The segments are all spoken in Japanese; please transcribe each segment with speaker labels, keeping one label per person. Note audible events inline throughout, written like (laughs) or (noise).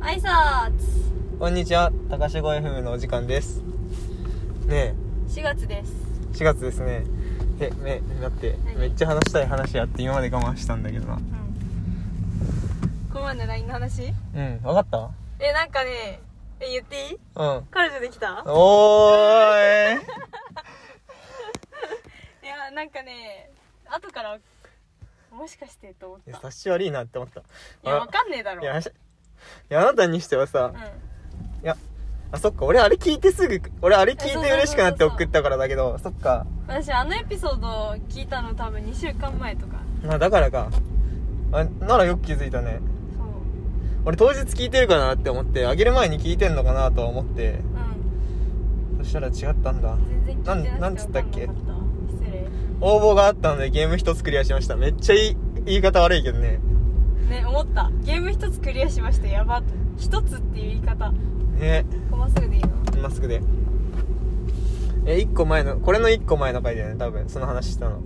Speaker 1: 挨拶
Speaker 2: こんにちは、高志声 FM のお時間です。ね
Speaker 1: 4月です
Speaker 2: え、4月ですね。え、め、待って、
Speaker 1: 何
Speaker 2: めっちゃ話したい話やって今まで我慢したんだけどな。
Speaker 1: この前の LINE の話
Speaker 2: うん、わかった
Speaker 1: えなんかねえ言っていい
Speaker 2: うん。
Speaker 1: 彼女できた
Speaker 2: お (laughs) ーい
Speaker 1: いやなんかね後からもしかしてと思っ
Speaker 2: い
Speaker 1: た
Speaker 2: や、
Speaker 1: い
Speaker 2: 察し悪いなって思った。
Speaker 1: やわかんねえだろ
Speaker 2: いや、話いやあなたにしてはさ、あ、そっか、俺あれ聞いてすぐ、俺あれ聞いて嬉しくなって送ったからだけど、そっか。
Speaker 1: うん私あのエピソード聞いたの多分2週間前とか
Speaker 2: まあだからか。あ、ならよく気づいたね。
Speaker 1: そう
Speaker 2: 俺当日聞いてるかなって思って、あげる前に聞いてんのかなとは思って、
Speaker 1: うん
Speaker 2: そしたら違ったんだ。
Speaker 1: 全然聞いてなくて
Speaker 2: なんなんつったっ
Speaker 1: わ
Speaker 2: け
Speaker 1: かんなかった失礼
Speaker 2: 応募があったのでゲーム一つクリアしましためっちゃいい言い方悪いけどね
Speaker 1: ね思ったゲーム一つクリアしましたやばと一つっていう言い方
Speaker 2: ね
Speaker 1: まっすぐでいいの
Speaker 2: まっすぐでえ一個前のこれの一個前の回だよね多分その話したの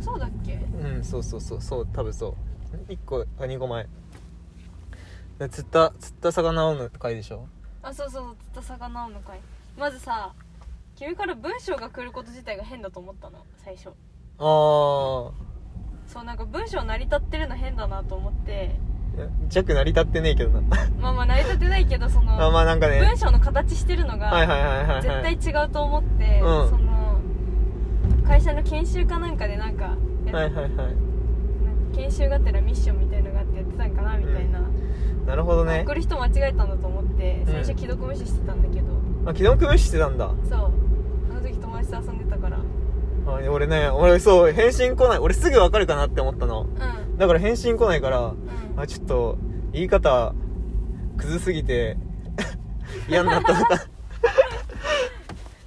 Speaker 1: そうだっけ
Speaker 2: うんそうそうそうそう多分そう一個か二個前で釣った釣った魚をの回でしょ
Speaker 1: あそうそうそう釣った魚をの会まずさ君から文章が来ること自体が変だと思ったの最初
Speaker 2: あ
Speaker 1: そうなんか文章成り立ってるの変だなと思って
Speaker 2: あ弱成り立ってねえけどな
Speaker 1: まあまあ成り立ってないけどその
Speaker 2: あまあなんかね
Speaker 1: 文章の形してるの
Speaker 2: はい
Speaker 1: が
Speaker 2: はいはいはい、はい、
Speaker 1: 絶対違うと思って、
Speaker 2: うん
Speaker 1: その会社の研修かなんかでなんか,、
Speaker 2: はいはいはい
Speaker 1: 研修がてらミッションみたいのがあってやってたんかなみたいな、
Speaker 2: なるほどね
Speaker 1: 送る人間違えたんだと思って最
Speaker 2: う
Speaker 1: 初
Speaker 2: ん
Speaker 1: 既読無視してたんだけど、
Speaker 2: あ既読無視してたんだ
Speaker 1: そうあの時友達と遊んでたから
Speaker 2: あ俺ね俺そう返信来ない俺すぐわかるかなって思ったの
Speaker 1: うん
Speaker 2: だから返信来ないから、
Speaker 1: うん
Speaker 2: あ、ちょっと、言い方、クズすぎて、 (laughs) 嫌になったの (laughs) か。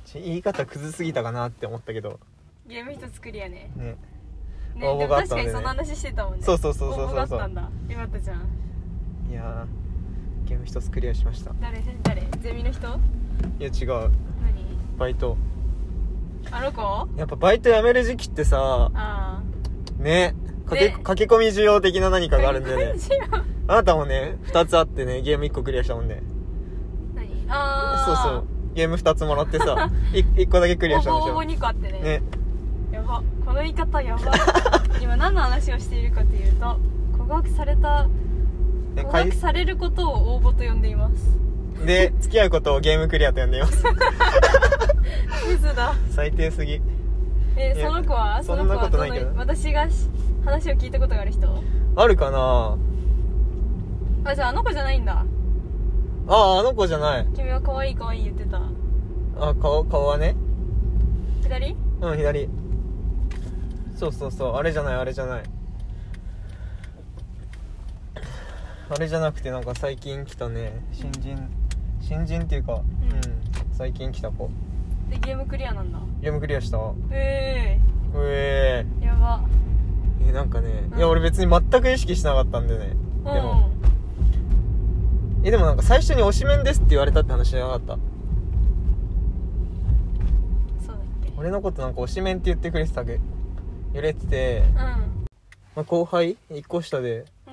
Speaker 2: ちょ言い方、クズすぎたかなって思ったけど、
Speaker 1: ゲーム一つクリアね。
Speaker 2: ね。
Speaker 1: ね、
Speaker 2: 応募
Speaker 1: でも
Speaker 2: があっ
Speaker 1: 確
Speaker 2: たん
Speaker 1: か
Speaker 2: でね
Speaker 1: にその話してたもんね。
Speaker 2: そうそうそうそうそう
Speaker 1: 応募があったんだ。よかったじゃん。
Speaker 2: いやー、ゲーム一つクリアしました。い
Speaker 1: 誰誰ゼミの人？何？
Speaker 2: や、違う。バイト。
Speaker 1: あの子？
Speaker 2: やっぱバイト辞める時期ってさ、
Speaker 1: あ
Speaker 2: ね、駆け、
Speaker 1: ね
Speaker 2: 駆け込み需要的な何
Speaker 1: あ。
Speaker 2: かがあるんだ
Speaker 1: (laughs)
Speaker 2: よね。
Speaker 1: 知らん。
Speaker 2: あなたもね、二つあってね、ゲーム一個クリアしたもんね。
Speaker 1: 何？
Speaker 2: そうそ
Speaker 1: ああ
Speaker 2: う。。ゲーム二つもらってさ、い一個だけクリアしたんでし
Speaker 1: 応募応募二個あってね。
Speaker 2: ょ。ね。
Speaker 1: やば。この言い方やば。 (laughs) 今何の話をしているかというと、告白された
Speaker 2: ね
Speaker 1: 告
Speaker 2: かい
Speaker 1: 白されることを応募と呼んでいます。
Speaker 2: で、付き合うことをゲームクリアと呼んでい
Speaker 1: (laughs)
Speaker 2: ます。
Speaker 1: クズだ。
Speaker 2: 最低すぎ。
Speaker 1: え
Speaker 2: いや
Speaker 1: その子はそ
Speaker 2: そんな
Speaker 1: の子は
Speaker 2: こと
Speaker 1: ど
Speaker 2: な
Speaker 1: の
Speaker 2: いけど
Speaker 1: 私がし話を聞いたことがある人？
Speaker 2: あるかな
Speaker 1: あじゃああの子じゃないんだ。
Speaker 2: ああ、あの子じゃない。
Speaker 1: 君は可愛い可愛い言ってた
Speaker 2: あ、顔、顔はね。
Speaker 1: 左
Speaker 2: うん、左。そうそうそう。あれじゃない、あれじゃない。あれじゃなくて、なんか最近来たね。新人。新人っていうか、うん。最近来た子。
Speaker 1: でゲームクリアなんだ
Speaker 2: ゲームクリアしたう
Speaker 1: え
Speaker 2: え
Speaker 1: えやば
Speaker 2: ー。え、なんかね。
Speaker 1: うん
Speaker 2: いや、俺別に全く意識しなかったんでね。
Speaker 1: うん
Speaker 2: でも、え、でもなんか最初に推しメンですって言われたって話じゃなかった。
Speaker 1: そうだっけ
Speaker 2: 俺のことなんか推しメンって言ってくれてたけ揺れてて、
Speaker 1: うん
Speaker 2: まあ、後輩1個下で、
Speaker 1: う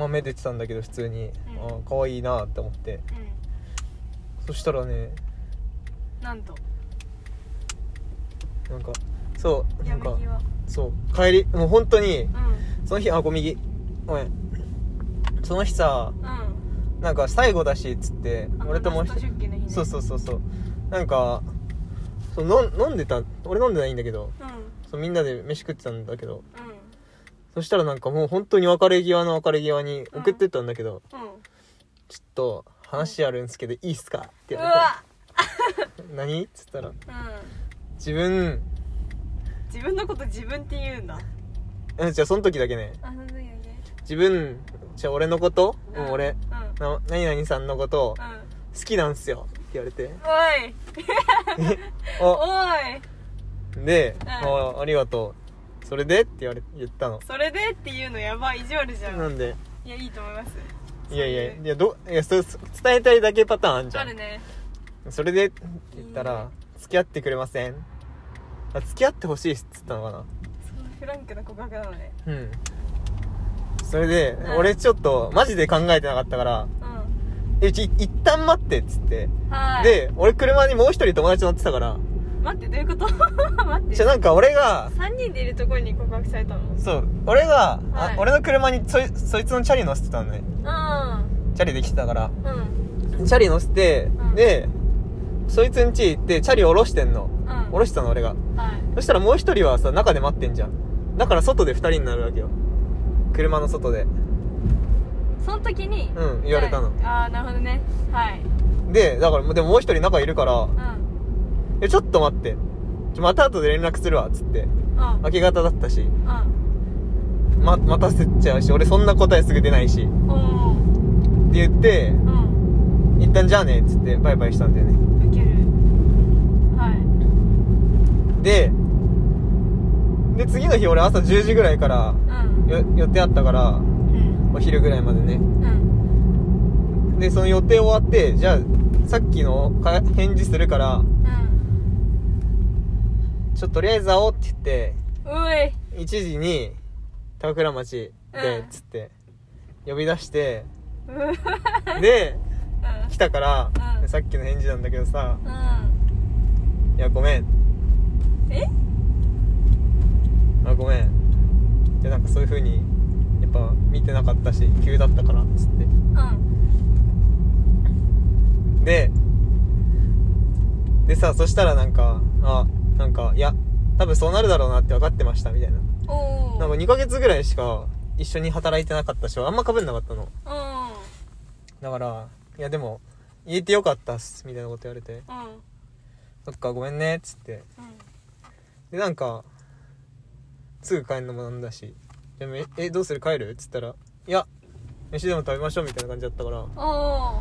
Speaker 1: ん
Speaker 2: まあ、目出てたんだけど普通
Speaker 1: う
Speaker 2: に、
Speaker 1: ん
Speaker 2: ああ可愛いなって思って
Speaker 1: う
Speaker 2: そしたらね
Speaker 1: んなんと
Speaker 2: なんかそうな
Speaker 1: や
Speaker 2: ん
Speaker 1: め
Speaker 2: か
Speaker 1: ぎは
Speaker 2: そう帰りもう本当に
Speaker 1: うん
Speaker 2: その日あご右ごめんその日さ
Speaker 1: うん
Speaker 2: なんか最後だしっつって
Speaker 1: あの
Speaker 2: 俺ともう一
Speaker 1: ラスト
Speaker 2: 人
Speaker 1: 出勤の日ね
Speaker 2: そうそうそうそうなんかそうの飲んでた俺飲んでないんだけど
Speaker 1: うん
Speaker 2: そうみんなで飯食ってたんだけど
Speaker 1: う
Speaker 2: そしたらなんかもう本当に別れ際の別れ際に送ってったんだけ
Speaker 1: ん
Speaker 2: ど、
Speaker 1: うん
Speaker 2: ちょっと話あるんですけどいいっすか?」って
Speaker 1: う
Speaker 2: 言わ
Speaker 1: わ
Speaker 2: れて「何?」っつったら
Speaker 1: うん
Speaker 2: 「自分
Speaker 1: 自分のこと自分って言うんだ
Speaker 2: うんじゃあその時だけね
Speaker 1: あその時だけう
Speaker 2: 自分じゃあ俺のこと、うんん、俺
Speaker 1: うんうん
Speaker 2: な何々さんのこと好きなんすよ」って言われて
Speaker 1: おい
Speaker 2: 「
Speaker 1: お
Speaker 2: あ
Speaker 1: い
Speaker 2: で、
Speaker 1: ん
Speaker 2: あありがとうそれで?」って言われ言ったの
Speaker 1: それでっていうのやばい意地悪じゃ
Speaker 2: なんんで
Speaker 1: いやいいと思います
Speaker 2: いやいや
Speaker 1: そう
Speaker 2: いやどいやそそ伝えたいだけパターンあんじゃ
Speaker 1: あ
Speaker 2: ん
Speaker 1: るね
Speaker 2: それでって言ったら「付き合ってくれません」あ「付き合ってほしいっす」っつったのかな
Speaker 1: そのフランクな告白なのね
Speaker 2: うんそれで、
Speaker 1: うん
Speaker 2: 俺ちょっとマジで考えてなかったから
Speaker 1: うん
Speaker 2: えうち一旦待ってっつって、
Speaker 1: はい
Speaker 2: で俺車にもう一人友達乗ってたから
Speaker 1: 待ってどういうこと (laughs) 待って
Speaker 2: じゃあなんか俺が
Speaker 1: 3人でいるところに告白されたのうん
Speaker 2: そう俺が、あ
Speaker 1: はい
Speaker 2: 俺の車にそいそいつのチャリ乗せてたのねチャリで来てたから
Speaker 1: うん
Speaker 2: チャリ乗せて、
Speaker 1: うん
Speaker 2: でそいつん家行ってチャリ降ろしてんの
Speaker 1: うん
Speaker 2: 降ろしたの俺が
Speaker 1: はい
Speaker 2: そしたらもう一人はさ中で待ってんじゃんだから外で二人になるわけよ車の外で
Speaker 1: その時に
Speaker 2: うん言われたの
Speaker 1: はいああなるほどねはい
Speaker 2: でだからでももう一人中いるから
Speaker 1: うんうん
Speaker 2: 「えちょっと待ってちょまた後で連絡するわ」っつって
Speaker 1: うん
Speaker 2: 明け方だったしま待たせちゃうし俺そんな答えすぐ出ないし
Speaker 1: うんおー
Speaker 2: って言って
Speaker 1: うん
Speaker 2: 「一旦じゃあね」っつってバイバイしたんだよね
Speaker 1: ウケるはい
Speaker 2: でで次の日俺朝10時ぐらいから
Speaker 1: うん
Speaker 2: よ予定あったから
Speaker 1: うん
Speaker 2: お昼ぐらいまでね
Speaker 1: うん
Speaker 2: でその予定終わってじゃあさっきのか返事するから
Speaker 1: うん
Speaker 2: ちょっととりあえず会おうって言って
Speaker 1: うい
Speaker 2: 1時に高倉町で
Speaker 1: うん
Speaker 2: つって呼び出して
Speaker 1: うう
Speaker 2: で
Speaker 1: うん
Speaker 2: 来たから
Speaker 1: うん
Speaker 2: さっきの返事なんだけどさ
Speaker 1: うん
Speaker 2: 「いやごめん
Speaker 1: え
Speaker 2: あごめん」でなんかそういう風にやっぱ見てなかったし急だったからつって
Speaker 1: うん
Speaker 2: ででさそしたらなんかあなんかいや多分そうなるだろうなって分かってましたみたいな
Speaker 1: おお
Speaker 2: なんか2ヶ月ぐらいしか一緒に働いてなかったしあんま被んなかったの
Speaker 1: うん
Speaker 2: だから「いやでも言えてよかったっす」みたいなこと言われて
Speaker 1: うん
Speaker 2: 「そっかごめんね」っつって
Speaker 1: うん
Speaker 2: でなんかすぐ帰るのもなんだし「でもええどうする帰る?」っつったら「いや飯でも食べましょう」みたいな感じだったから
Speaker 1: おお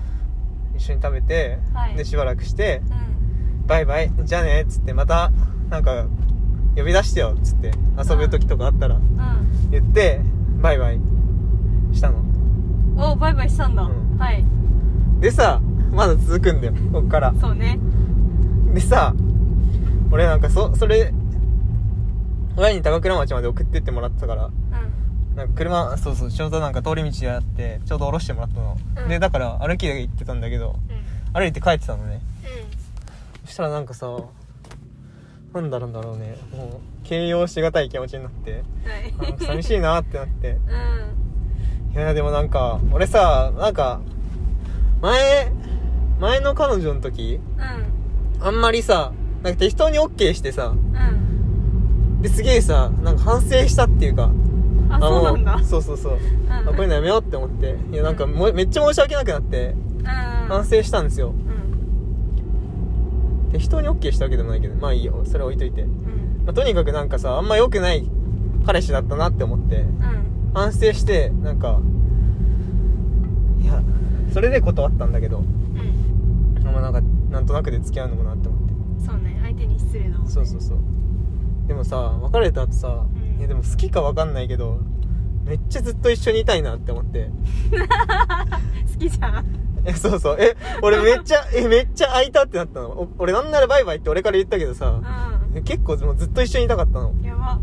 Speaker 2: 一緒に食べて、
Speaker 1: はい
Speaker 2: でしばらくして
Speaker 1: うん
Speaker 2: 「バイバイじゃあね」っつってまたなんか呼び出してよっつって遊ぶ時とかあったら
Speaker 1: うん
Speaker 2: 言ってバイバイしたの
Speaker 1: おーバイバイしたんだ、
Speaker 2: うん
Speaker 1: はい
Speaker 2: でさまだ続くんだよこっから
Speaker 1: そうね
Speaker 2: でさ俺なんかそそれ親に高倉町まで送ってってもらったから
Speaker 1: うん
Speaker 2: なんか車そうそうちょうどなんか通り道であってちょうど降ろしてもらったの、
Speaker 1: うん
Speaker 2: でだから歩きで行ってたんだけど
Speaker 1: うん
Speaker 2: 歩いて帰ってたのね
Speaker 1: うん
Speaker 2: そしたらなんかさなんだろうだろうねもう形容しがたい気持ちになって
Speaker 1: はい
Speaker 2: あなんか寂しいなってなって
Speaker 1: う
Speaker 2: (laughs)
Speaker 1: ん
Speaker 2: いやでもなんか俺さなんか前前の彼女の時
Speaker 1: うん
Speaker 2: あんまりさなんか適当に OK してさ
Speaker 1: うん
Speaker 2: ですげえさなんか反省したっていうか
Speaker 1: あそうなんだ
Speaker 2: もうそうそうそ
Speaker 1: う
Speaker 2: う、
Speaker 1: ん
Speaker 2: あこういうのやめようって思っていやなんかもうめっちゃ申し訳なくなって
Speaker 1: うん
Speaker 2: 反省したんですよ
Speaker 1: うん
Speaker 2: で人に OK したわけでもないけどまあいいよそれ置いといて、
Speaker 1: うん
Speaker 2: まあ、とにかくなんかさあんま良くない彼氏だったなって思って
Speaker 1: うん
Speaker 2: 反省してなんかいやそれで断ったんだけど
Speaker 1: うん
Speaker 2: あんまなんかなんとなくで付き合うのもなって思って
Speaker 1: そうね相手に失礼だもんね
Speaker 2: そうそうそうでもさ別れた後さ、
Speaker 1: うん
Speaker 2: いやでも好きか分かんないけどめっちゃずっと一緒にいたいなって思って
Speaker 1: 好きじゃん
Speaker 2: えそうそうえ俺めっちゃえめっちゃ空いたってなったのお俺なんならバイバイって俺から言ったけどさ
Speaker 1: う
Speaker 2: え結構もうずっと一緒にいたかったの
Speaker 1: んやば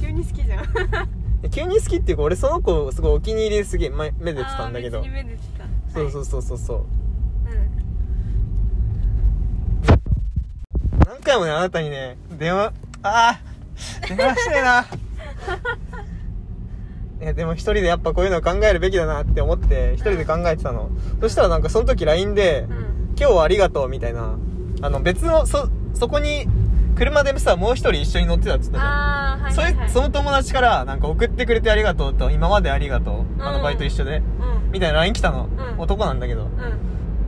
Speaker 1: 急に好きじゃん
Speaker 2: え急に好きっていうか俺その子すごいお気に入りですげえ前目でてたんだけ
Speaker 1: あ
Speaker 2: ど
Speaker 1: ー別に目でてた、
Speaker 2: そうそううそうそうそう
Speaker 1: う、うん、
Speaker 2: 何回もねあなたにね電話ああ電話して
Speaker 1: (laughs)
Speaker 2: えないやでも一人でやっぱこういうの考えるべきだなって思って一人で考えてたのそしたらなんかその時 LINE で
Speaker 1: うん
Speaker 2: 「今日はありがとう」みたいなあの別のそそこに車でさもう一人一緒に乗ってたっつったじゃん
Speaker 1: ああはい
Speaker 2: そ
Speaker 1: はいい、はい、
Speaker 2: その友達からなんか送ってくれてありがとうと今までありがとうあのバイト一緒で、
Speaker 1: うん
Speaker 2: みたいな LINE 来た
Speaker 1: う
Speaker 2: の、
Speaker 1: ん
Speaker 2: 男なんだけど
Speaker 1: うん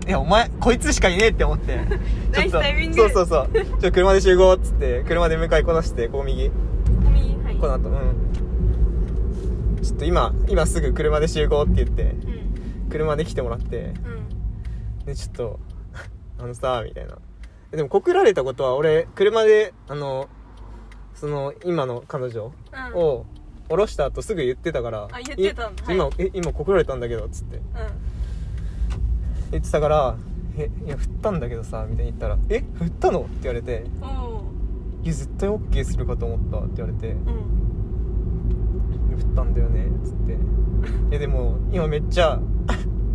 Speaker 2: いやお前こいつしかいねえって思って
Speaker 1: (laughs) ナイスタイミング
Speaker 2: そうそうそうちょっと車で集合っつって車で迎えこなしてこう右
Speaker 1: ここにはい
Speaker 2: この後うんちょっと今今すぐ車で集合って言って
Speaker 1: うん
Speaker 2: 車で来てもらって
Speaker 1: うん
Speaker 2: でちょっと (laughs) あのさみたいなえでも告られたことは俺車であのその今の彼女
Speaker 1: うん
Speaker 2: を降ろした後すぐ言ってたから
Speaker 1: あ言ってたんだ
Speaker 2: い今、え今告られたんだけどっつって
Speaker 1: う
Speaker 2: 言ってたから「えいや振ったんだけどさ」みたいに言ったら「え振ったの?」って言われて
Speaker 1: んお
Speaker 2: 「いや絶対 OK するかと思った」って言われて
Speaker 1: ーうん
Speaker 2: 「振ったんだよね」っつって「いやでも今めっちゃ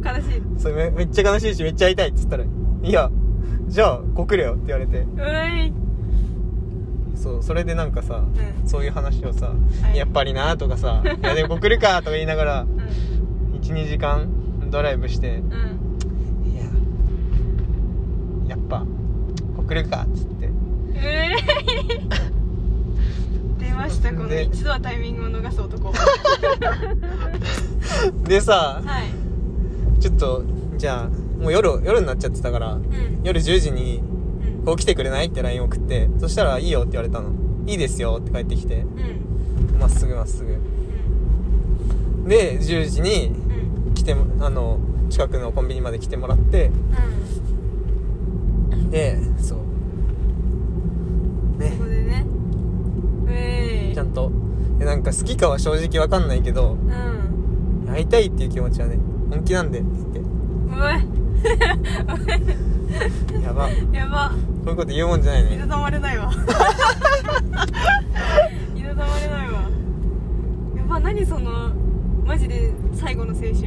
Speaker 1: 悲しい
Speaker 2: それめめっちゃ悲しいしめっちゃ会いたいっつったら「いやじゃあ告れよ」って言われて
Speaker 1: うえい
Speaker 2: そうそれでなんかさ、
Speaker 1: ん
Speaker 2: そういう話をさ
Speaker 1: は
Speaker 2: 「
Speaker 1: い
Speaker 2: やっぱりな」とかさ「いやでも告るか」とか言いながら12時間ドライブして
Speaker 1: うんうん
Speaker 2: 「いややっぱ告るか」っつって
Speaker 1: うえい出ましたこの
Speaker 2: で
Speaker 1: 一度はタイミングを逃す男は
Speaker 2: でさ
Speaker 1: い
Speaker 2: ちょっとじゃあもう夜夜になっちゃってたから
Speaker 1: うん
Speaker 2: 夜10時に
Speaker 1: うん
Speaker 2: 「こう来てくれない?」って LINE 送ってそしたら「いいよ」って言われたの「いいですよ」って帰ってきて
Speaker 1: うん
Speaker 2: まっすぐまっすぐで10時に
Speaker 1: うん
Speaker 2: 来てもあの近くのコンビニまで来てもらって
Speaker 1: うん
Speaker 2: でそうね
Speaker 1: ここでねうえい
Speaker 2: ちゃんとでなんか好きかは正直わかんないけど
Speaker 1: うん
Speaker 2: 会いたいっていう気持ちはね本気なんでって言っ
Speaker 1: うわ
Speaker 2: てやばこ
Speaker 1: やば
Speaker 2: ういうこと言うもんじゃない
Speaker 1: いた
Speaker 2: ね
Speaker 1: たまれないわいたたまれないわやば何そのマジで最後の青春
Speaker 2: 右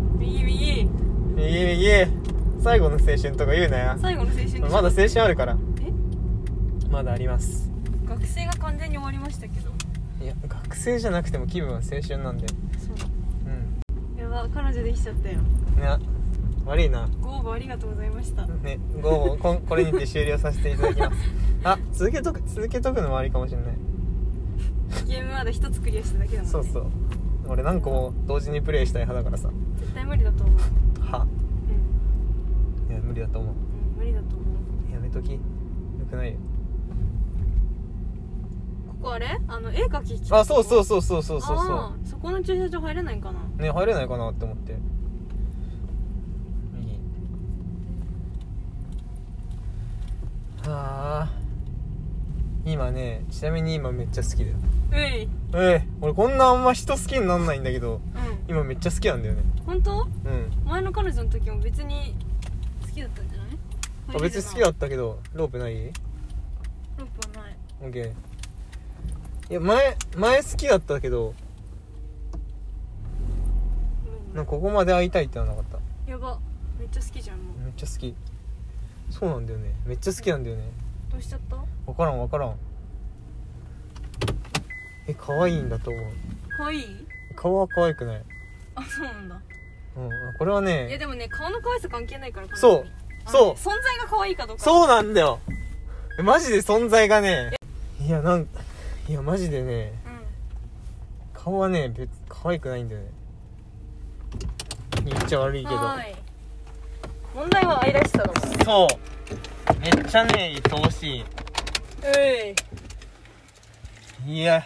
Speaker 1: 右右
Speaker 2: 右右最後の青春とか言うなよ
Speaker 1: 最後の青春でしょ
Speaker 2: まだ青春あるから
Speaker 1: え
Speaker 2: まだあります
Speaker 1: 学生が完全に終わりましたけど
Speaker 2: いや学生じゃなくても気分は青春なんで
Speaker 1: そうだ
Speaker 2: うん
Speaker 1: やば彼女できちゃったよ
Speaker 2: ね悪いな
Speaker 1: ご応募ありがとうございました
Speaker 2: ね午後こんこ (laughs) れにて終了させていただきますあ続けとく続けとくのもありかもしれない
Speaker 1: ゲームまだ一つクリアしただけだもんね
Speaker 2: そうそう俺何個も同時にプレイしたい派だからさ
Speaker 1: 絶対無理だと思う
Speaker 2: は
Speaker 1: うん、
Speaker 2: いや無理だと思
Speaker 1: うん、無理だと思う
Speaker 2: うやめときよくないよ
Speaker 1: ここあれあの絵描き聞き
Speaker 2: あそうそう
Speaker 1: そ
Speaker 2: そうそうそうそう
Speaker 1: そ
Speaker 2: そ
Speaker 1: この駐車場入れないんかな
Speaker 2: うね入れないかなって思って右はあ今ねちなみに今めっちゃ好きだよ
Speaker 1: うい
Speaker 2: ええ俺こんなあんま人好きになんないんだけど
Speaker 1: う
Speaker 2: 今めっちゃ好きなんだよね
Speaker 1: ん本当
Speaker 2: うん
Speaker 1: 前の彼女の時も別に好きだったんじゃない
Speaker 2: あ別に好きだったけどロープない
Speaker 1: ロープはない
Speaker 2: オッケーいや前前好きだったけどなんかここまで会いたいってのはなかっ
Speaker 1: やばめっちゃ好きじゃんもう
Speaker 2: ためっちゃ好きそうなんだよねめっちゃ好きなんだよね
Speaker 1: どうしちゃった
Speaker 2: 分からん分からんえ可愛いんだと思う
Speaker 1: 可愛い
Speaker 2: 顔は可愛くない、
Speaker 1: あそうなんだ
Speaker 2: うん、あこれはい
Speaker 1: や
Speaker 2: ね
Speaker 1: でもね顔の可愛さ関係ないから彼
Speaker 2: そ
Speaker 1: 女
Speaker 2: う
Speaker 1: にあの
Speaker 2: そ
Speaker 1: ね
Speaker 2: う
Speaker 1: 存在が可愛いかどうか
Speaker 2: そうなんだよえマジで存在がねいやなんいやマジでね
Speaker 1: うん
Speaker 2: 顔はね別可愛くないんだよね言っちゃ悪いけど
Speaker 1: はーい問題は愛らしさだもん
Speaker 2: そうめっちゃね愛おし
Speaker 1: え
Speaker 2: いいや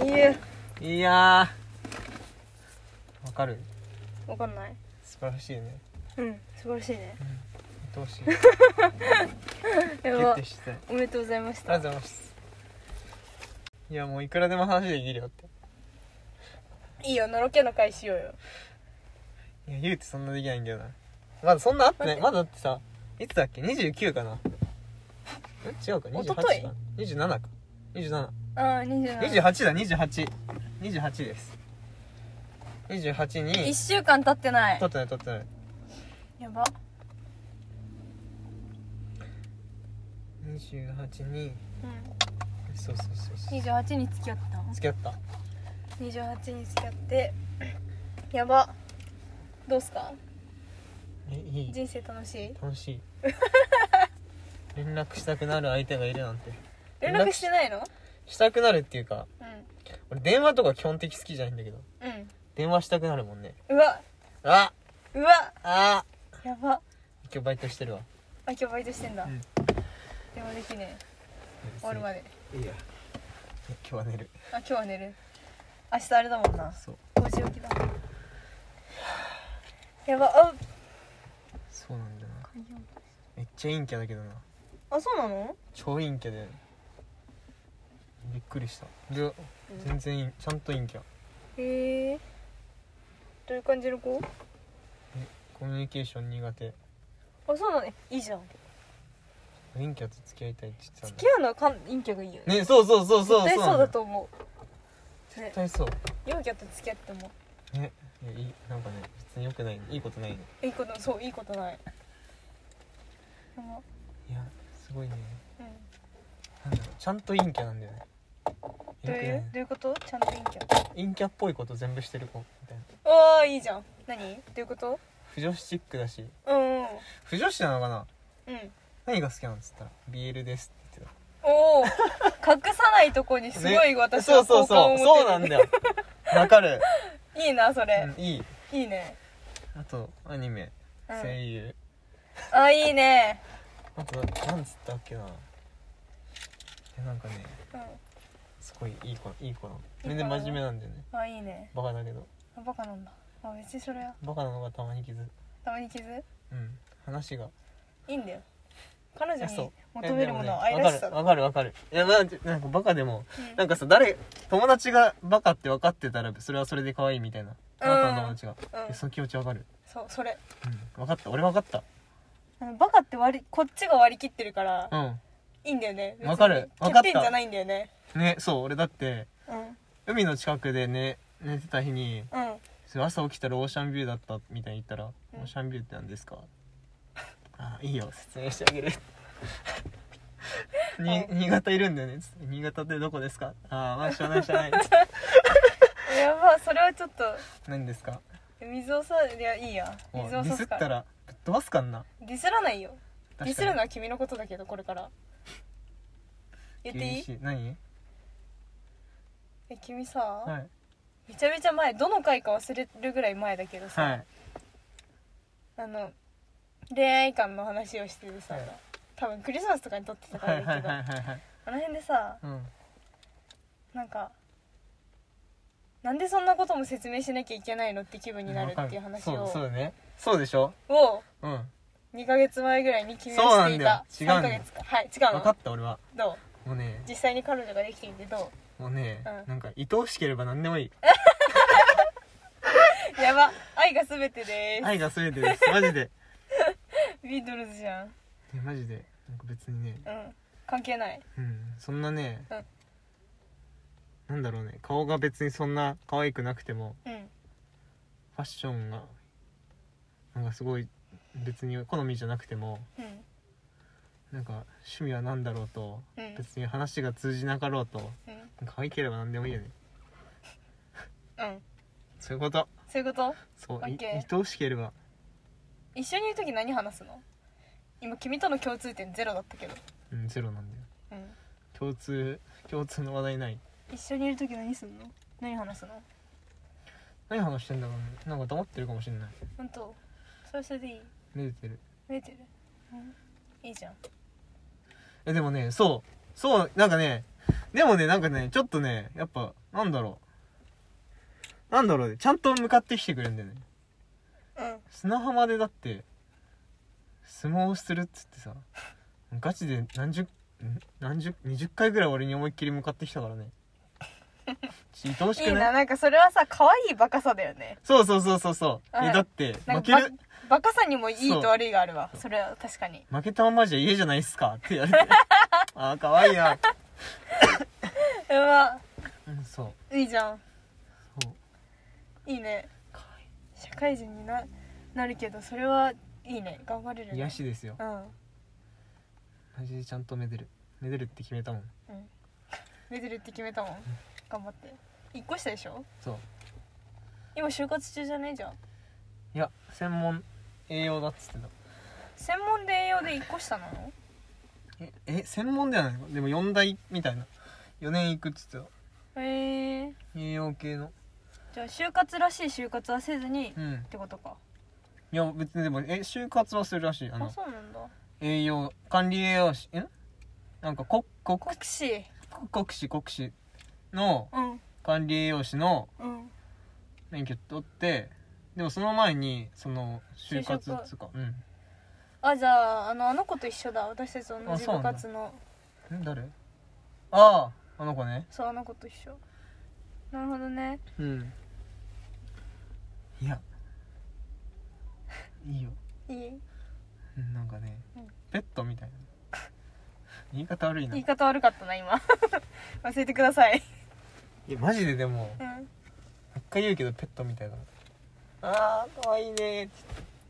Speaker 1: いいや
Speaker 2: いやーわかる
Speaker 1: わかんない
Speaker 2: 素晴らしいね
Speaker 1: うん素晴らしいね (laughs)
Speaker 2: 愛おしい
Speaker 1: や
Speaker 2: ギュッ
Speaker 1: ば
Speaker 2: てしたいあ
Speaker 1: おめでとうございまし
Speaker 2: りがと
Speaker 1: た
Speaker 2: うございますいやもういくらでも話できるよって
Speaker 1: いいよのろけの会しようよ
Speaker 2: いや言うてそんなできないんだよなまだそんなあってな
Speaker 1: 待っ
Speaker 2: い
Speaker 1: て
Speaker 2: まだだってさいつだっけ29かなえ違うか28
Speaker 1: 一昨日
Speaker 2: か27か27
Speaker 1: ああ27
Speaker 2: 28だ2828です28に
Speaker 1: 1週間経ってない
Speaker 2: 取ってない取ってない
Speaker 1: やば
Speaker 2: 28に
Speaker 1: うん
Speaker 2: そうそうそうそう
Speaker 1: 28に付き合ったの
Speaker 2: 付き合った
Speaker 1: 28に付き合ってやばどうすか
Speaker 2: えいい
Speaker 1: 人生楽しい
Speaker 2: 楽しい (laughs) 連絡したくなる相手がいるなんて
Speaker 1: 連絡してないの
Speaker 2: したくなるっていうか
Speaker 1: う
Speaker 2: 俺電話とか基本的好きじゃないんだけど
Speaker 1: んうん
Speaker 2: 電話したくなるもんね
Speaker 1: うわ
Speaker 2: あ
Speaker 1: うわ
Speaker 2: あ
Speaker 1: やば
Speaker 2: 今日バイトしてるわ
Speaker 1: あ今日バイトしてんだ、
Speaker 2: うん
Speaker 1: 電話できねえ終わるまで
Speaker 2: いいや今日は寝る
Speaker 1: あ今日は寝る明日あれだもんな
Speaker 2: そう
Speaker 1: 5時起きだもんやばあ
Speaker 2: そうなんだよなめっちゃ陰キャだけどな
Speaker 1: あそうなの
Speaker 2: 超陰キャでびっくりしたで全然陰ちゃんと陰キャ
Speaker 1: へえどういう感じの子
Speaker 2: コミュニケーション苦手
Speaker 1: あそうなのえいいじゃん
Speaker 2: 陰キャと付き合いたいって言ってたん
Speaker 1: 付
Speaker 2: だ
Speaker 1: き合うのはかん陰キャがいいよね
Speaker 2: ねそうそうそうそう
Speaker 1: 絶対そう
Speaker 2: なんよ
Speaker 1: だと思うね
Speaker 2: 絶対そう
Speaker 1: 陽キャと付き合っても
Speaker 2: ねいやいいなんかね別に良くないいいことないね
Speaker 1: いいことそういいことないでも
Speaker 2: いやすごいね
Speaker 1: うん
Speaker 2: なんだろうちゃんと陰キャなんだよね
Speaker 1: どう
Speaker 2: 良くない
Speaker 1: いう
Speaker 2: ね
Speaker 1: どういうことちゃんと陰キャ
Speaker 2: 陰キャっぽいこと全部してる子みたいな
Speaker 1: ああいいじゃん何どういうこと
Speaker 2: 不女子チックだし
Speaker 1: うんうん
Speaker 2: 不女子なのかな
Speaker 1: うん
Speaker 2: 何が好きなんつったら BL ですって言って
Speaker 1: おお隠さないとこに
Speaker 2: た
Speaker 1: すごい
Speaker 2: ね
Speaker 1: 私
Speaker 2: そ
Speaker 1: は
Speaker 2: うそ
Speaker 1: 好
Speaker 2: うそ
Speaker 1: 感を持
Speaker 2: う
Speaker 1: てる、
Speaker 2: そうなんだよわかる、
Speaker 1: (laughs) いいなそれ、
Speaker 2: うん、いい
Speaker 1: いいね、
Speaker 2: あとアニメ
Speaker 1: うん、
Speaker 2: 声優
Speaker 1: あいいね
Speaker 2: あとなんつったっけなえなんかね
Speaker 1: うん
Speaker 2: すごいいい子いい子なの
Speaker 1: いい子な
Speaker 2: 全
Speaker 1: の
Speaker 2: 然真面目なんだよね
Speaker 1: あいいね
Speaker 2: バカだけど
Speaker 1: あバカなんだあ別にそれは
Speaker 2: バカなのがたまに傷
Speaker 1: たまに傷
Speaker 2: うん話が
Speaker 1: いいんだよ彼女
Speaker 2: いやそ
Speaker 1: に
Speaker 2: う
Speaker 1: 求めるものは
Speaker 2: え
Speaker 1: 愛
Speaker 2: でもね
Speaker 1: らしさだ、
Speaker 2: わかるわかるわかるいやなんてなんかバカでも
Speaker 1: うん
Speaker 2: なんかさ誰友達がバカって分かってたらそれはそれで可愛いみたいなあなたの友達が、
Speaker 1: うん
Speaker 2: えその気持ち分かる、
Speaker 1: そうそれ
Speaker 2: うん、分かった俺分かった
Speaker 1: あのバカって割りこっちが割り切ってるから
Speaker 2: う
Speaker 1: いいんだよね
Speaker 2: わかる
Speaker 1: 別に
Speaker 2: わかった
Speaker 1: 欠点じゃないんだよね
Speaker 2: んねそう俺だって
Speaker 1: うん
Speaker 2: 海の近くで寝寝てた日に
Speaker 1: うん
Speaker 2: それ朝起きたらオーシャンビューだったみたいに言ったら「
Speaker 1: うん
Speaker 2: オーシャンビューって何ですか?」あいいよ説明してあげる」 (laughs) に
Speaker 1: う
Speaker 2: 新潟いるんだよね」つって新潟ってどこですか?」ああまあ知らない
Speaker 1: (laughs)
Speaker 2: 知らない」
Speaker 1: やばそれはちょっと
Speaker 2: 何ですか
Speaker 1: 水をさいやいいや
Speaker 2: もう
Speaker 1: 水
Speaker 2: デ
Speaker 1: を
Speaker 2: ィ
Speaker 1: さ
Speaker 2: スっ
Speaker 1: すか
Speaker 2: たらぶっ飛ばすかんな
Speaker 1: ディスらないよ
Speaker 2: 確
Speaker 1: デ
Speaker 2: か
Speaker 1: ィ
Speaker 2: に
Speaker 1: スるのは君のことだけどこれから言っていい
Speaker 2: 厳しい何
Speaker 1: え君さ、
Speaker 2: はい
Speaker 1: めちゃめちゃ前どの回か忘れるぐらい前だけどさ、
Speaker 2: はい
Speaker 1: あの恋愛観の話をしててさ、
Speaker 2: はい
Speaker 1: 多分クリスマスとかに撮ってたから
Speaker 2: はい
Speaker 1: だ
Speaker 2: は
Speaker 1: け
Speaker 2: い
Speaker 1: ど、
Speaker 2: はいはいはい
Speaker 1: あの辺でさ
Speaker 2: うん
Speaker 1: なんかなんでそんなことも説明しなきゃいけないのって気分になるっていう話
Speaker 2: わかるそうそう
Speaker 1: を
Speaker 2: だねそうでしょ
Speaker 1: を
Speaker 2: うん
Speaker 1: 2ヶ月前ぐらいに決め
Speaker 2: そう
Speaker 1: し
Speaker 2: な
Speaker 1: て
Speaker 2: ん
Speaker 1: い
Speaker 2: だよ
Speaker 1: た
Speaker 2: 違う
Speaker 1: 3
Speaker 2: んだ
Speaker 1: ヶ
Speaker 2: よ
Speaker 1: 月かはい違う
Speaker 2: 分か
Speaker 1: の
Speaker 2: った俺は
Speaker 1: どう
Speaker 2: もうね
Speaker 1: 実際に彼女ができていてど
Speaker 2: もうね、
Speaker 1: うん
Speaker 2: なんか愛おしければ何でもいいう
Speaker 1: やば愛が全てで
Speaker 2: 愛が全てですマジで、
Speaker 1: すビートルズじゃん
Speaker 2: ね、マジでなんか別にね
Speaker 1: うん関係ない
Speaker 2: うんそんなね、
Speaker 1: うん
Speaker 2: なんだろうね顔が別にそんな可愛くなくても
Speaker 1: うん
Speaker 2: ファッションがなんかすごい別に好みじゃなくても
Speaker 1: うん
Speaker 2: なんか趣味は何だろうと、
Speaker 1: うん
Speaker 2: 別に話が通じなかろうと
Speaker 1: うん
Speaker 2: 可愛ければ何でもいいよね
Speaker 1: うん
Speaker 2: そういうこと
Speaker 1: そういうこと
Speaker 2: そうい
Speaker 1: OK
Speaker 2: 愛おしければ
Speaker 1: 一緒にいる時何話すの今君との共通点ゼロだったけど
Speaker 2: うんゼロなんだよ
Speaker 1: うん
Speaker 2: 共通共通の話題ない
Speaker 1: 一緒にいる時何すんの何話すの
Speaker 2: 何話してんだろうねなんか黙ってるかもしれない
Speaker 1: 本当それはそれでいい
Speaker 2: めでてる
Speaker 1: 見えてる、うん、いいじゃん
Speaker 2: えでもねそうそうなんかねでもねなんかねちょっとねやっぱなんだろうなんだろうねちゃんと向かってきてくれるんだよね
Speaker 1: うん
Speaker 2: 砂浜でだって相撲をするっつってさガチで何十ん何十20回ぐらい俺に思いっきり向かってきたからねち愛おし
Speaker 1: いい
Speaker 2: くな
Speaker 1: ないなんかそれはさ可愛いバカさだよね
Speaker 2: そうそうそうそうそう
Speaker 1: は
Speaker 2: え
Speaker 1: い
Speaker 2: だって
Speaker 1: な
Speaker 2: 負
Speaker 1: ん
Speaker 2: け
Speaker 1: か
Speaker 2: る
Speaker 1: ババカさにもいい
Speaker 2: そう
Speaker 1: と悪いがあるわそれは確かに
Speaker 2: 負けたまんまじゃ家じゃないっすかって言われてああかわいい
Speaker 1: (laughs)
Speaker 2: な、
Speaker 1: うわ
Speaker 2: うん、そう
Speaker 1: いいじゃん
Speaker 2: そう
Speaker 1: いいね
Speaker 2: かわ
Speaker 1: 社会人にななるけどそれはいいね頑張れるね
Speaker 2: 癒しですよ
Speaker 1: うん
Speaker 2: マジでちゃんとめでるめでるって決めたもん
Speaker 1: うんめでるって決めたもん頑張って一個下でしょ
Speaker 2: そう
Speaker 1: 今就活中じゃないじゃん
Speaker 2: いや専門栄養だっつってた
Speaker 1: 専門で栄養で1個下なの
Speaker 2: ええ専門ではないのでも4大みたいな4年行くっつって
Speaker 1: へえ
Speaker 2: た栄養系の
Speaker 1: じゃあ就活らしい就活はせずにっ
Speaker 2: うん
Speaker 1: てことか
Speaker 2: いや別にでもえ就活はするらしいあ
Speaker 1: あ
Speaker 2: の
Speaker 1: そうなんだ
Speaker 2: 栄養管理栄養士んなんか国国
Speaker 1: 国士
Speaker 2: 国士国士の
Speaker 1: うん
Speaker 2: 管理栄養士の
Speaker 1: うん
Speaker 2: 免許取ってでもその前にその就活っつうかうん
Speaker 1: あじゃああのあの子と一緒だ私たちと同
Speaker 2: あ
Speaker 1: じ
Speaker 2: そうな
Speaker 1: 部
Speaker 2: んだ
Speaker 1: 活の
Speaker 2: ん誰あああの子ね
Speaker 1: そうあの子と一緒なるほどね
Speaker 2: うんいや (laughs) いいよ
Speaker 1: いい
Speaker 2: うんなんかね、
Speaker 1: うん
Speaker 2: ペットみたいな言い方悪いな
Speaker 1: 言い
Speaker 2: い
Speaker 1: 方悪かったな今 (laughs) 忘れてください
Speaker 2: やマジででも
Speaker 1: うん
Speaker 2: 一回言うけどペットみたいだなあーかわいいねって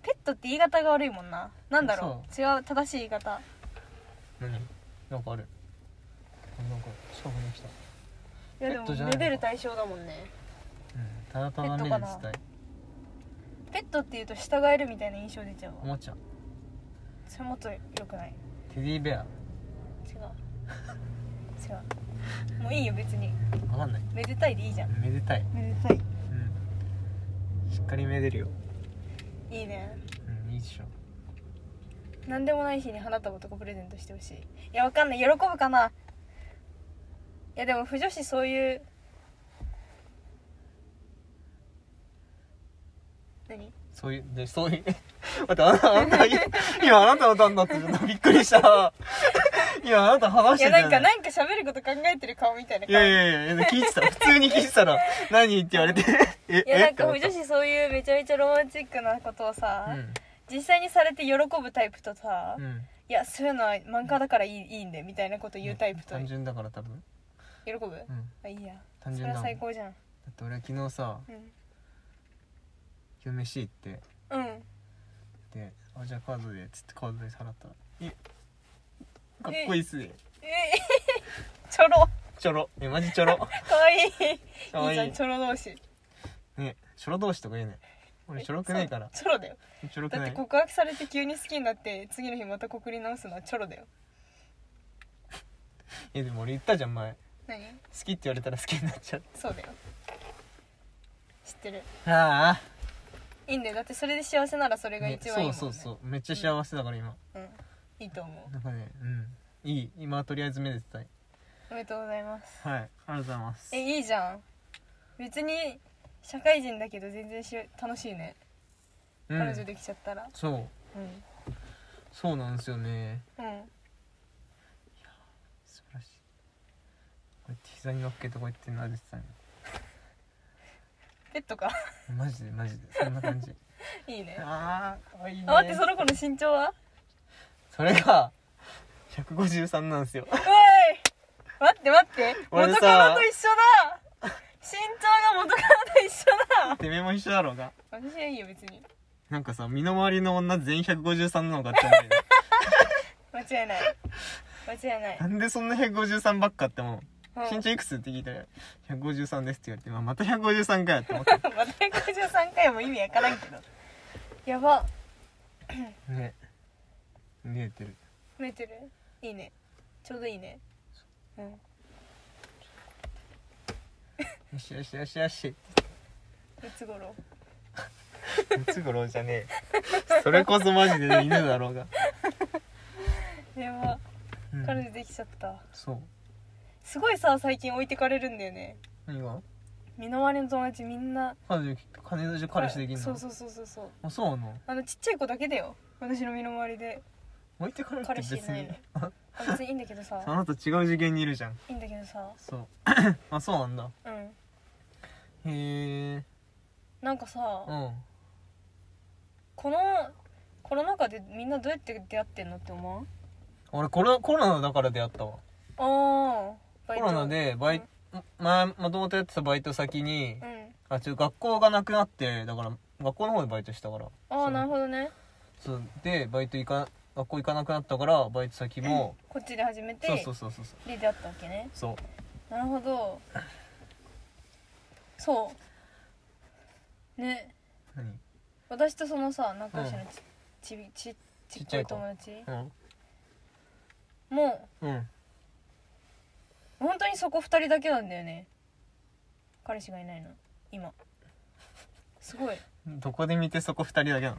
Speaker 1: ペットって言い方が悪いもんななんだろう違う正しい言い方
Speaker 2: 何なんかあるあなんか近くに来た
Speaker 1: いや
Speaker 2: ペ
Speaker 1: で
Speaker 2: ッ
Speaker 1: も
Speaker 2: トじゃ
Speaker 1: め
Speaker 2: ないのか
Speaker 1: でる対象だもんね
Speaker 2: うんただただ目で伝え
Speaker 1: ペットっていうと従えるみたいな印象出ちゃ
Speaker 2: お
Speaker 1: うわ
Speaker 2: もちゃ
Speaker 1: それもっと良くない
Speaker 2: テディベア
Speaker 1: 違う違うもういいよ別に
Speaker 2: わかんない
Speaker 1: めでたいでいいじゃん
Speaker 2: めでたい
Speaker 1: めでたい
Speaker 2: うんしっかりめでるよ
Speaker 1: いいね
Speaker 2: うんいいでしょ
Speaker 1: 何でもない日に花束とかプレゼントしてほしいいやわかんない喜ぶかないやでも不女子そういう何
Speaker 2: そういうでそう (laughs) いう待ってあなたあなた今あなたのターンだったじゃんびっくりした今あなた話
Speaker 1: い
Speaker 2: して
Speaker 1: やな
Speaker 2: たよ
Speaker 1: んか
Speaker 2: ね
Speaker 1: なんか喋ること考えてる顔みたいない顔
Speaker 2: やいやいやいや聞いてた普通に聞いてたら何って言われてえ
Speaker 1: いやなんか
Speaker 2: え
Speaker 1: 不女
Speaker 2: って
Speaker 1: 子そういうめちゃめちゃロマンチックなことをさ、
Speaker 2: 思った
Speaker 1: 実際にされて喜ぶタイプとさ、
Speaker 2: うん
Speaker 1: い
Speaker 2: うん
Speaker 1: やそういうのは漫画だからいいいいんでみたいなこと言うタイプと
Speaker 2: 単
Speaker 1: 喜ぶ、
Speaker 2: 純だから多分うん
Speaker 1: あいいやそ
Speaker 2: 単
Speaker 1: れ
Speaker 2: 純だも
Speaker 1: は
Speaker 2: ん
Speaker 1: 最高じゃん
Speaker 2: だって俺は昨日さ
Speaker 1: うん、
Speaker 2: 「夜飯行って
Speaker 1: うん、」
Speaker 2: で「あじゃあカードで」つってカードで払ったら「えかっこいいっすね
Speaker 1: え (laughs) ちょろ」
Speaker 2: ちょろえマジちょろ
Speaker 1: かわい (laughs) い
Speaker 2: かわ
Speaker 1: いいじゃ
Speaker 2: い
Speaker 1: ん
Speaker 2: い
Speaker 1: チョロ同士
Speaker 2: ねちょろ同士とか言うね俺ちょろくないから
Speaker 1: そうチョロだよ
Speaker 2: ちょろく
Speaker 1: だっ
Speaker 2: な
Speaker 1: て
Speaker 2: い
Speaker 1: 告白されて急に好きになって次の日また告り直すのはチョロだよ
Speaker 2: えでも俺言ったじゃん前
Speaker 1: 何
Speaker 2: 好きって言われたら好きになっちゃう
Speaker 1: そうだよ知ってる
Speaker 2: ああ
Speaker 1: いいんだよだってそれで幸せならそれが一番いいもん、ね
Speaker 2: そうそうそうめっちゃ幸せだから今、
Speaker 1: う、うん、いいと思
Speaker 2: なんかねうんいい今はとりあえずめでてたいう
Speaker 1: おめでとうございます
Speaker 2: はいありがとうございます
Speaker 1: えいいじゃん別に社会人だけど全然し楽しいね、
Speaker 2: うん
Speaker 1: 彼女できちゃったら
Speaker 2: そう
Speaker 1: うん
Speaker 2: そうなんですよね
Speaker 1: うん
Speaker 2: 素晴らしいこうやって膝に乗っけてこうやって撫でてたね
Speaker 1: ペットか (laughs)
Speaker 2: マジでマジでそんな (laughs) 感じ
Speaker 1: いいね
Speaker 2: ああかわいいね
Speaker 1: あ待ってその子の身長は
Speaker 2: それが153なんですよ
Speaker 1: おい待って待って
Speaker 2: 俺
Speaker 1: 元
Speaker 2: さ
Speaker 1: カノと一緒だ身長が元カノと一緒だ
Speaker 2: てめえも一緒だろうが
Speaker 1: 私はいいよ別に
Speaker 2: なんかさ身の回りの女全員153なのかって思うよ
Speaker 1: (laughs)
Speaker 2: ね
Speaker 1: 間違いない間違いない
Speaker 2: な、んでそんな153ばっかって思う
Speaker 1: うん、
Speaker 2: 身長いくつって聞いたら「153です」って言われて、まあ、また153かよって思って
Speaker 1: また153回も意味わからんけどやば
Speaker 2: ね見えてる
Speaker 1: 増えてるいいねちょうどいいねうん
Speaker 2: よしよしよしよし
Speaker 1: いつ頃
Speaker 2: ムツゴロウじゃねえそれこそマジで犬だろうが、
Speaker 1: やば
Speaker 2: うん
Speaker 1: 彼女できちゃった
Speaker 2: そう
Speaker 1: すごいさ最近置いてかれるんだよね
Speaker 2: 何が
Speaker 1: 身の回りの友達みんな
Speaker 2: 彼女金出し彼氏できんの
Speaker 1: そうそうそうそうそう
Speaker 2: あそうなの
Speaker 1: あのちっちゃい子だけだよ私の身の回りで
Speaker 2: 置いてかれるって
Speaker 1: 彼氏い
Speaker 2: 別
Speaker 1: ない
Speaker 2: に
Speaker 1: のあ別にいいんだけどさ
Speaker 2: (laughs) あなた違う次元にいるじゃん
Speaker 1: いいんだけどさ
Speaker 2: そう (coughs) あそうなんだ
Speaker 1: うん
Speaker 2: へえ
Speaker 1: なんかさ、
Speaker 2: うん
Speaker 1: このコロナ禍でみんなどうやって出会ってんのって思う
Speaker 2: 俺コロコロナだから出会ったわ
Speaker 1: ああ
Speaker 2: コ
Speaker 1: バイト
Speaker 2: ロナでバイト、前もともとやってたバイト先に、
Speaker 1: うん
Speaker 2: あちょ学校がなくなってだから学校の方でバイトしたから
Speaker 1: ああ
Speaker 2: そう
Speaker 1: なるほどね
Speaker 2: そうでバイト行か学校行かなくなったからバイト先も、
Speaker 1: こっちで始めて
Speaker 2: そうそうそうそうそう
Speaker 1: で出会ったわけね
Speaker 2: そう
Speaker 1: なるほ
Speaker 2: (laughs)
Speaker 1: どそうね
Speaker 2: 何
Speaker 1: 私とそのさ仲良しのち,、ちびちち
Speaker 2: ち
Speaker 1: っち
Speaker 2: っち
Speaker 1: ゃ
Speaker 2: ゃ
Speaker 1: い
Speaker 2: い子
Speaker 1: 友達
Speaker 2: うん
Speaker 1: も
Speaker 2: うん
Speaker 1: う本当にそこ2人だけなんだよね彼氏がいないの今すごい
Speaker 2: どこで見てそこ二人だけなの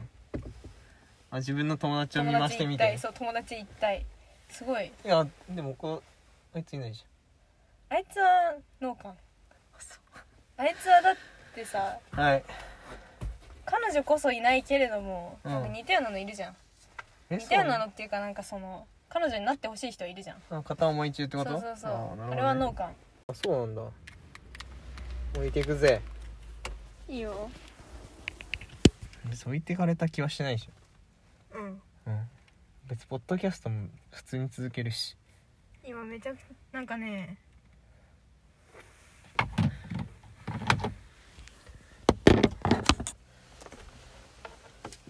Speaker 2: あ自分の友達を見ましてみ
Speaker 1: 一体
Speaker 2: て
Speaker 1: そう友達一体すごい
Speaker 2: いやでもこうあいついないじ
Speaker 1: あいつは農家あいつはだってさ
Speaker 2: ゃんはい
Speaker 1: 彼女こそいないけれども、
Speaker 2: うん
Speaker 1: なんか似たようなのいるじゃん
Speaker 2: え
Speaker 1: 似たような
Speaker 2: そ
Speaker 1: のっていうかなんかその彼女になってほしい人いるじゃん
Speaker 2: あ片思い中って
Speaker 1: そ
Speaker 2: こ
Speaker 1: う
Speaker 2: と
Speaker 1: そうそう
Speaker 2: あ
Speaker 1: あ,、
Speaker 2: なるほどね
Speaker 1: れは農家
Speaker 2: あそうなんだ置いてくぜ
Speaker 1: いいよ
Speaker 2: 置いてかれた気はしてないでし
Speaker 1: うん
Speaker 2: ょうん別にポッドキャストも普通に続けるし
Speaker 1: 今めちゃくちゃなんかね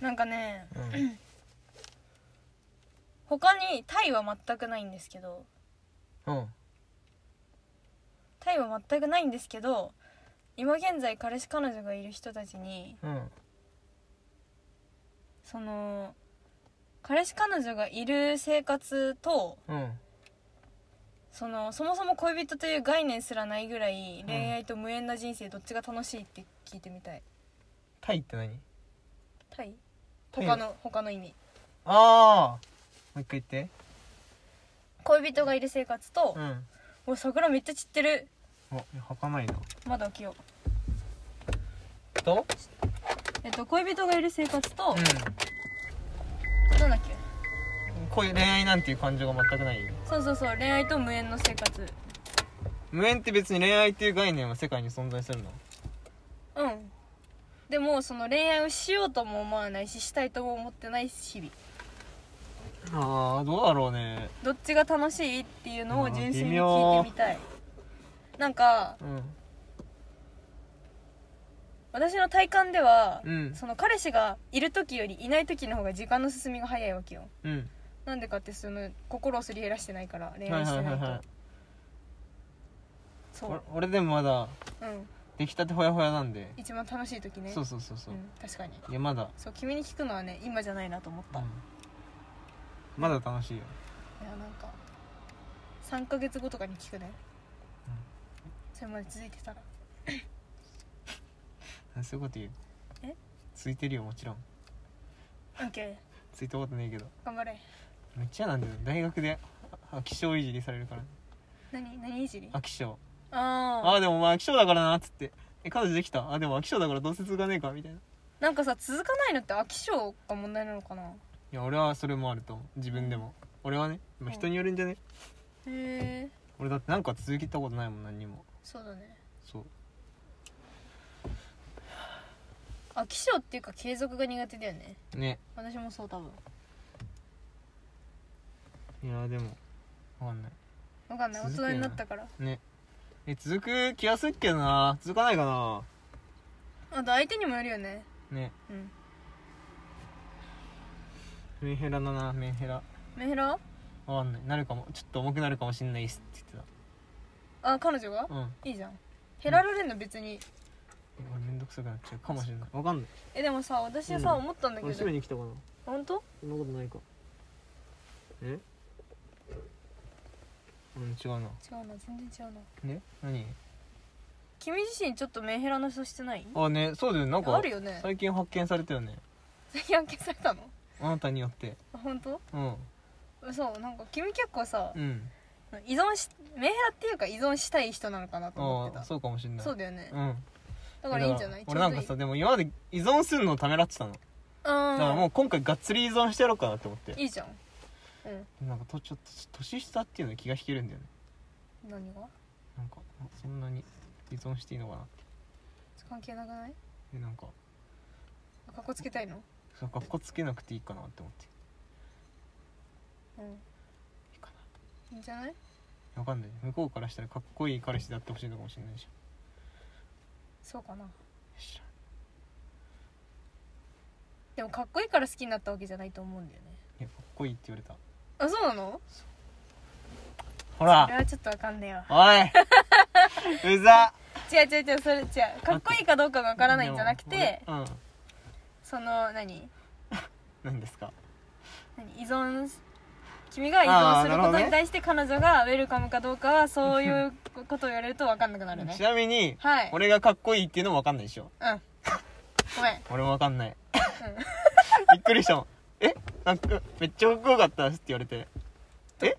Speaker 1: なんかね
Speaker 2: うん、
Speaker 1: 他にタイは全くないんですけど
Speaker 2: うん、
Speaker 1: タイは全くないんですけど今現在彼氏彼女がいる人たちに
Speaker 2: うん、
Speaker 1: その彼氏彼女がいる生活と
Speaker 2: うん、
Speaker 1: そのそもそも恋人という概念すらないぐらい恋愛と無縁な人生どっちが楽しいって聞いてみたい
Speaker 2: タイって何
Speaker 1: タイ
Speaker 2: タイ
Speaker 1: 他の他の意味
Speaker 2: ああもう一回言って
Speaker 1: 恋人がいる生活と
Speaker 2: う、ん
Speaker 1: おい桜めっちゃ散ってる
Speaker 2: お儚いな
Speaker 1: まだ開けよう
Speaker 2: と
Speaker 1: えっと恋人がいる生活と、
Speaker 2: う
Speaker 1: なんだっけ
Speaker 2: んこういう恋愛なんていう感情が全くない
Speaker 1: そうそうそう恋愛と無縁の生活
Speaker 2: 無縁って別に恋愛っていう概念は世界に存在するの
Speaker 1: うんでもその恋愛をしようとも思わないししたいとも思ってない日々
Speaker 2: ああどうだろうね
Speaker 1: どっちが楽しいっていうのを純粋
Speaker 2: 微
Speaker 1: に聞
Speaker 2: 妙
Speaker 1: いてみたいなんか
Speaker 2: うん
Speaker 1: 私の体感では、
Speaker 2: うん
Speaker 1: その彼氏がいる時よりいない時の方が時間の進みが早いわけよ
Speaker 2: うん
Speaker 1: なんでかってその心をすり減らしてないから恋
Speaker 2: はい
Speaker 1: 愛し
Speaker 2: は
Speaker 1: て
Speaker 2: い
Speaker 1: な
Speaker 2: はいい
Speaker 1: と、
Speaker 2: はい
Speaker 1: そ
Speaker 2: 俺
Speaker 1: う
Speaker 2: 俺でもまだ
Speaker 1: うん
Speaker 2: 出来たてほやほやなんで
Speaker 1: 一番楽しい時ね、
Speaker 2: そうそうそうそううん
Speaker 1: 確かに
Speaker 2: いやまだ
Speaker 1: そう君に聞くのはね今じゃないなと思った、
Speaker 2: う
Speaker 1: い
Speaker 2: んまだ楽しいよ
Speaker 1: やなんか3ヶ月後とかに聞くね、
Speaker 2: うん
Speaker 1: それまで続いてたら
Speaker 2: なんでそういうこと言う
Speaker 1: え
Speaker 2: ついてるよもちろん
Speaker 1: OK
Speaker 2: ついたことないけど
Speaker 1: 頑張れ
Speaker 2: めっちゃなんだよ大学であ飽き性いじりされるから
Speaker 1: 何何いじり
Speaker 2: 飽き性
Speaker 1: あ
Speaker 2: あ
Speaker 1: あ
Speaker 2: あでもお前飽き性だからなっつってえ彼女できたあでも飽き性だからどうせ続かねえかみたいない
Speaker 1: なんかさ続かないのって飽き性が問題なのかな
Speaker 2: や俺はそれもあると思う自分でも俺はね、まあ、人によるんじゃね、
Speaker 1: へえ
Speaker 2: 俺だってなんか続けたことないもん何にも
Speaker 1: そうだね
Speaker 2: そう
Speaker 1: 飽き性っていうか継続が苦手だよね
Speaker 2: ね
Speaker 1: 私もそう多分
Speaker 2: いやでもわかんない
Speaker 1: 分かんない大
Speaker 2: 続く
Speaker 1: 人になったから
Speaker 2: ねえ続く気がすっけどな続かないかな
Speaker 1: あと相手にもよるよね
Speaker 2: ね
Speaker 1: うん
Speaker 2: メンヘラだなメンヘラ
Speaker 1: メンヘラ
Speaker 2: わかんないなるかもちょっと重くなるかもしんないっすって言って
Speaker 1: あ彼女が
Speaker 2: たうん
Speaker 1: いいじゃん減られるの別に
Speaker 2: 俺めんどくさくなっちゃうかもしれないわかんない
Speaker 1: えでもさ私はさ
Speaker 2: うん
Speaker 1: 思ったんだけど
Speaker 2: に来たかな
Speaker 1: 本当
Speaker 2: そんなことないかえうん違うな
Speaker 1: 違うな全然違うな
Speaker 2: ね何
Speaker 1: 君自身ちょっとメンヘラの人してない
Speaker 2: あねそうだよねなんか
Speaker 1: あるよね
Speaker 2: 最近発見されたよね
Speaker 1: 最近発見されたの
Speaker 2: あなたによって
Speaker 1: あ本当
Speaker 2: うん
Speaker 1: そうなんか君結構さ
Speaker 2: うん
Speaker 1: 依存しメンヘラっていうか依存したい人なのかなと思
Speaker 2: あ
Speaker 1: って
Speaker 2: あ
Speaker 1: た
Speaker 2: そうかもしんない
Speaker 1: そうだよね
Speaker 2: うん
Speaker 1: だからいいんじゃない
Speaker 2: だから俺なんかさでも今まで依存するのをためらってたの、だから
Speaker 1: あ
Speaker 2: もう今回がっつり依存してやろうかなと思って
Speaker 1: いいじゃんうん
Speaker 2: なんかとちょっと年下っていうのに気が引けるんだよね
Speaker 1: 何が
Speaker 2: なんかあそんなに依存していいのかなって
Speaker 1: 関係なくない
Speaker 2: えなんか
Speaker 1: かっこつけたいの
Speaker 2: そうかっこつけなくていいかなって思って
Speaker 1: うん
Speaker 2: いいか
Speaker 1: いいんじゃない
Speaker 2: なわかんない向こうからしたらかっこいい彼氏であってほしいのかもしれないでし
Speaker 1: そうかな
Speaker 2: ょ知らん
Speaker 1: でもかっこいいから好きになったわけじゃないと思うんだよね
Speaker 2: いやかっこいいって言われた
Speaker 1: あそうなの
Speaker 2: ほ
Speaker 1: あれ
Speaker 2: ら
Speaker 1: はちょっとわかんねえわ
Speaker 2: お
Speaker 1: (laughs)
Speaker 2: いうざ
Speaker 1: 違う違う違うそれ違うかっこいいかどうかがわからないんじゃなくて
Speaker 2: でも俺うん
Speaker 1: その何
Speaker 2: 何ですか
Speaker 1: 何依存す君が依存するこ
Speaker 2: あーなるほど
Speaker 1: と
Speaker 2: ね
Speaker 1: に対して彼女がウェルカムかどうかはそういうことを言われると分かんなくなるね
Speaker 2: ちなみに、
Speaker 1: はい
Speaker 2: 俺がかっこいいっていうのもわかんないでしょ
Speaker 1: うんごめん
Speaker 2: 俺もわかんない、びっくりしたもんえなんかめっちゃかっこよかったっすって言われてえ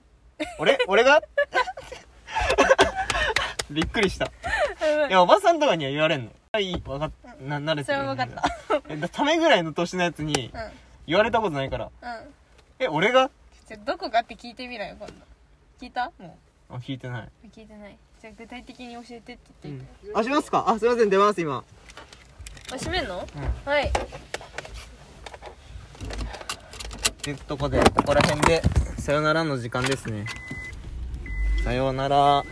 Speaker 2: 俺俺がびっくりしたいやおばさんとかには言われんのはいわかっな慣れて
Speaker 1: それ
Speaker 2: る
Speaker 1: は分かった
Speaker 2: えだためぐらいの年のやつに
Speaker 1: うんうん
Speaker 2: 言われたことないからえ俺が
Speaker 1: じゃあどこかって聞いてみろよ今度聞いたも
Speaker 2: あ聞いてないう
Speaker 1: 聞いてないじゃあ具体的に教えてって言ってたよ
Speaker 2: あしますかあすいません出ます今
Speaker 1: あ閉めんの
Speaker 2: うん
Speaker 1: はい
Speaker 2: というとこでここら辺でさよならの時間ですねさようなら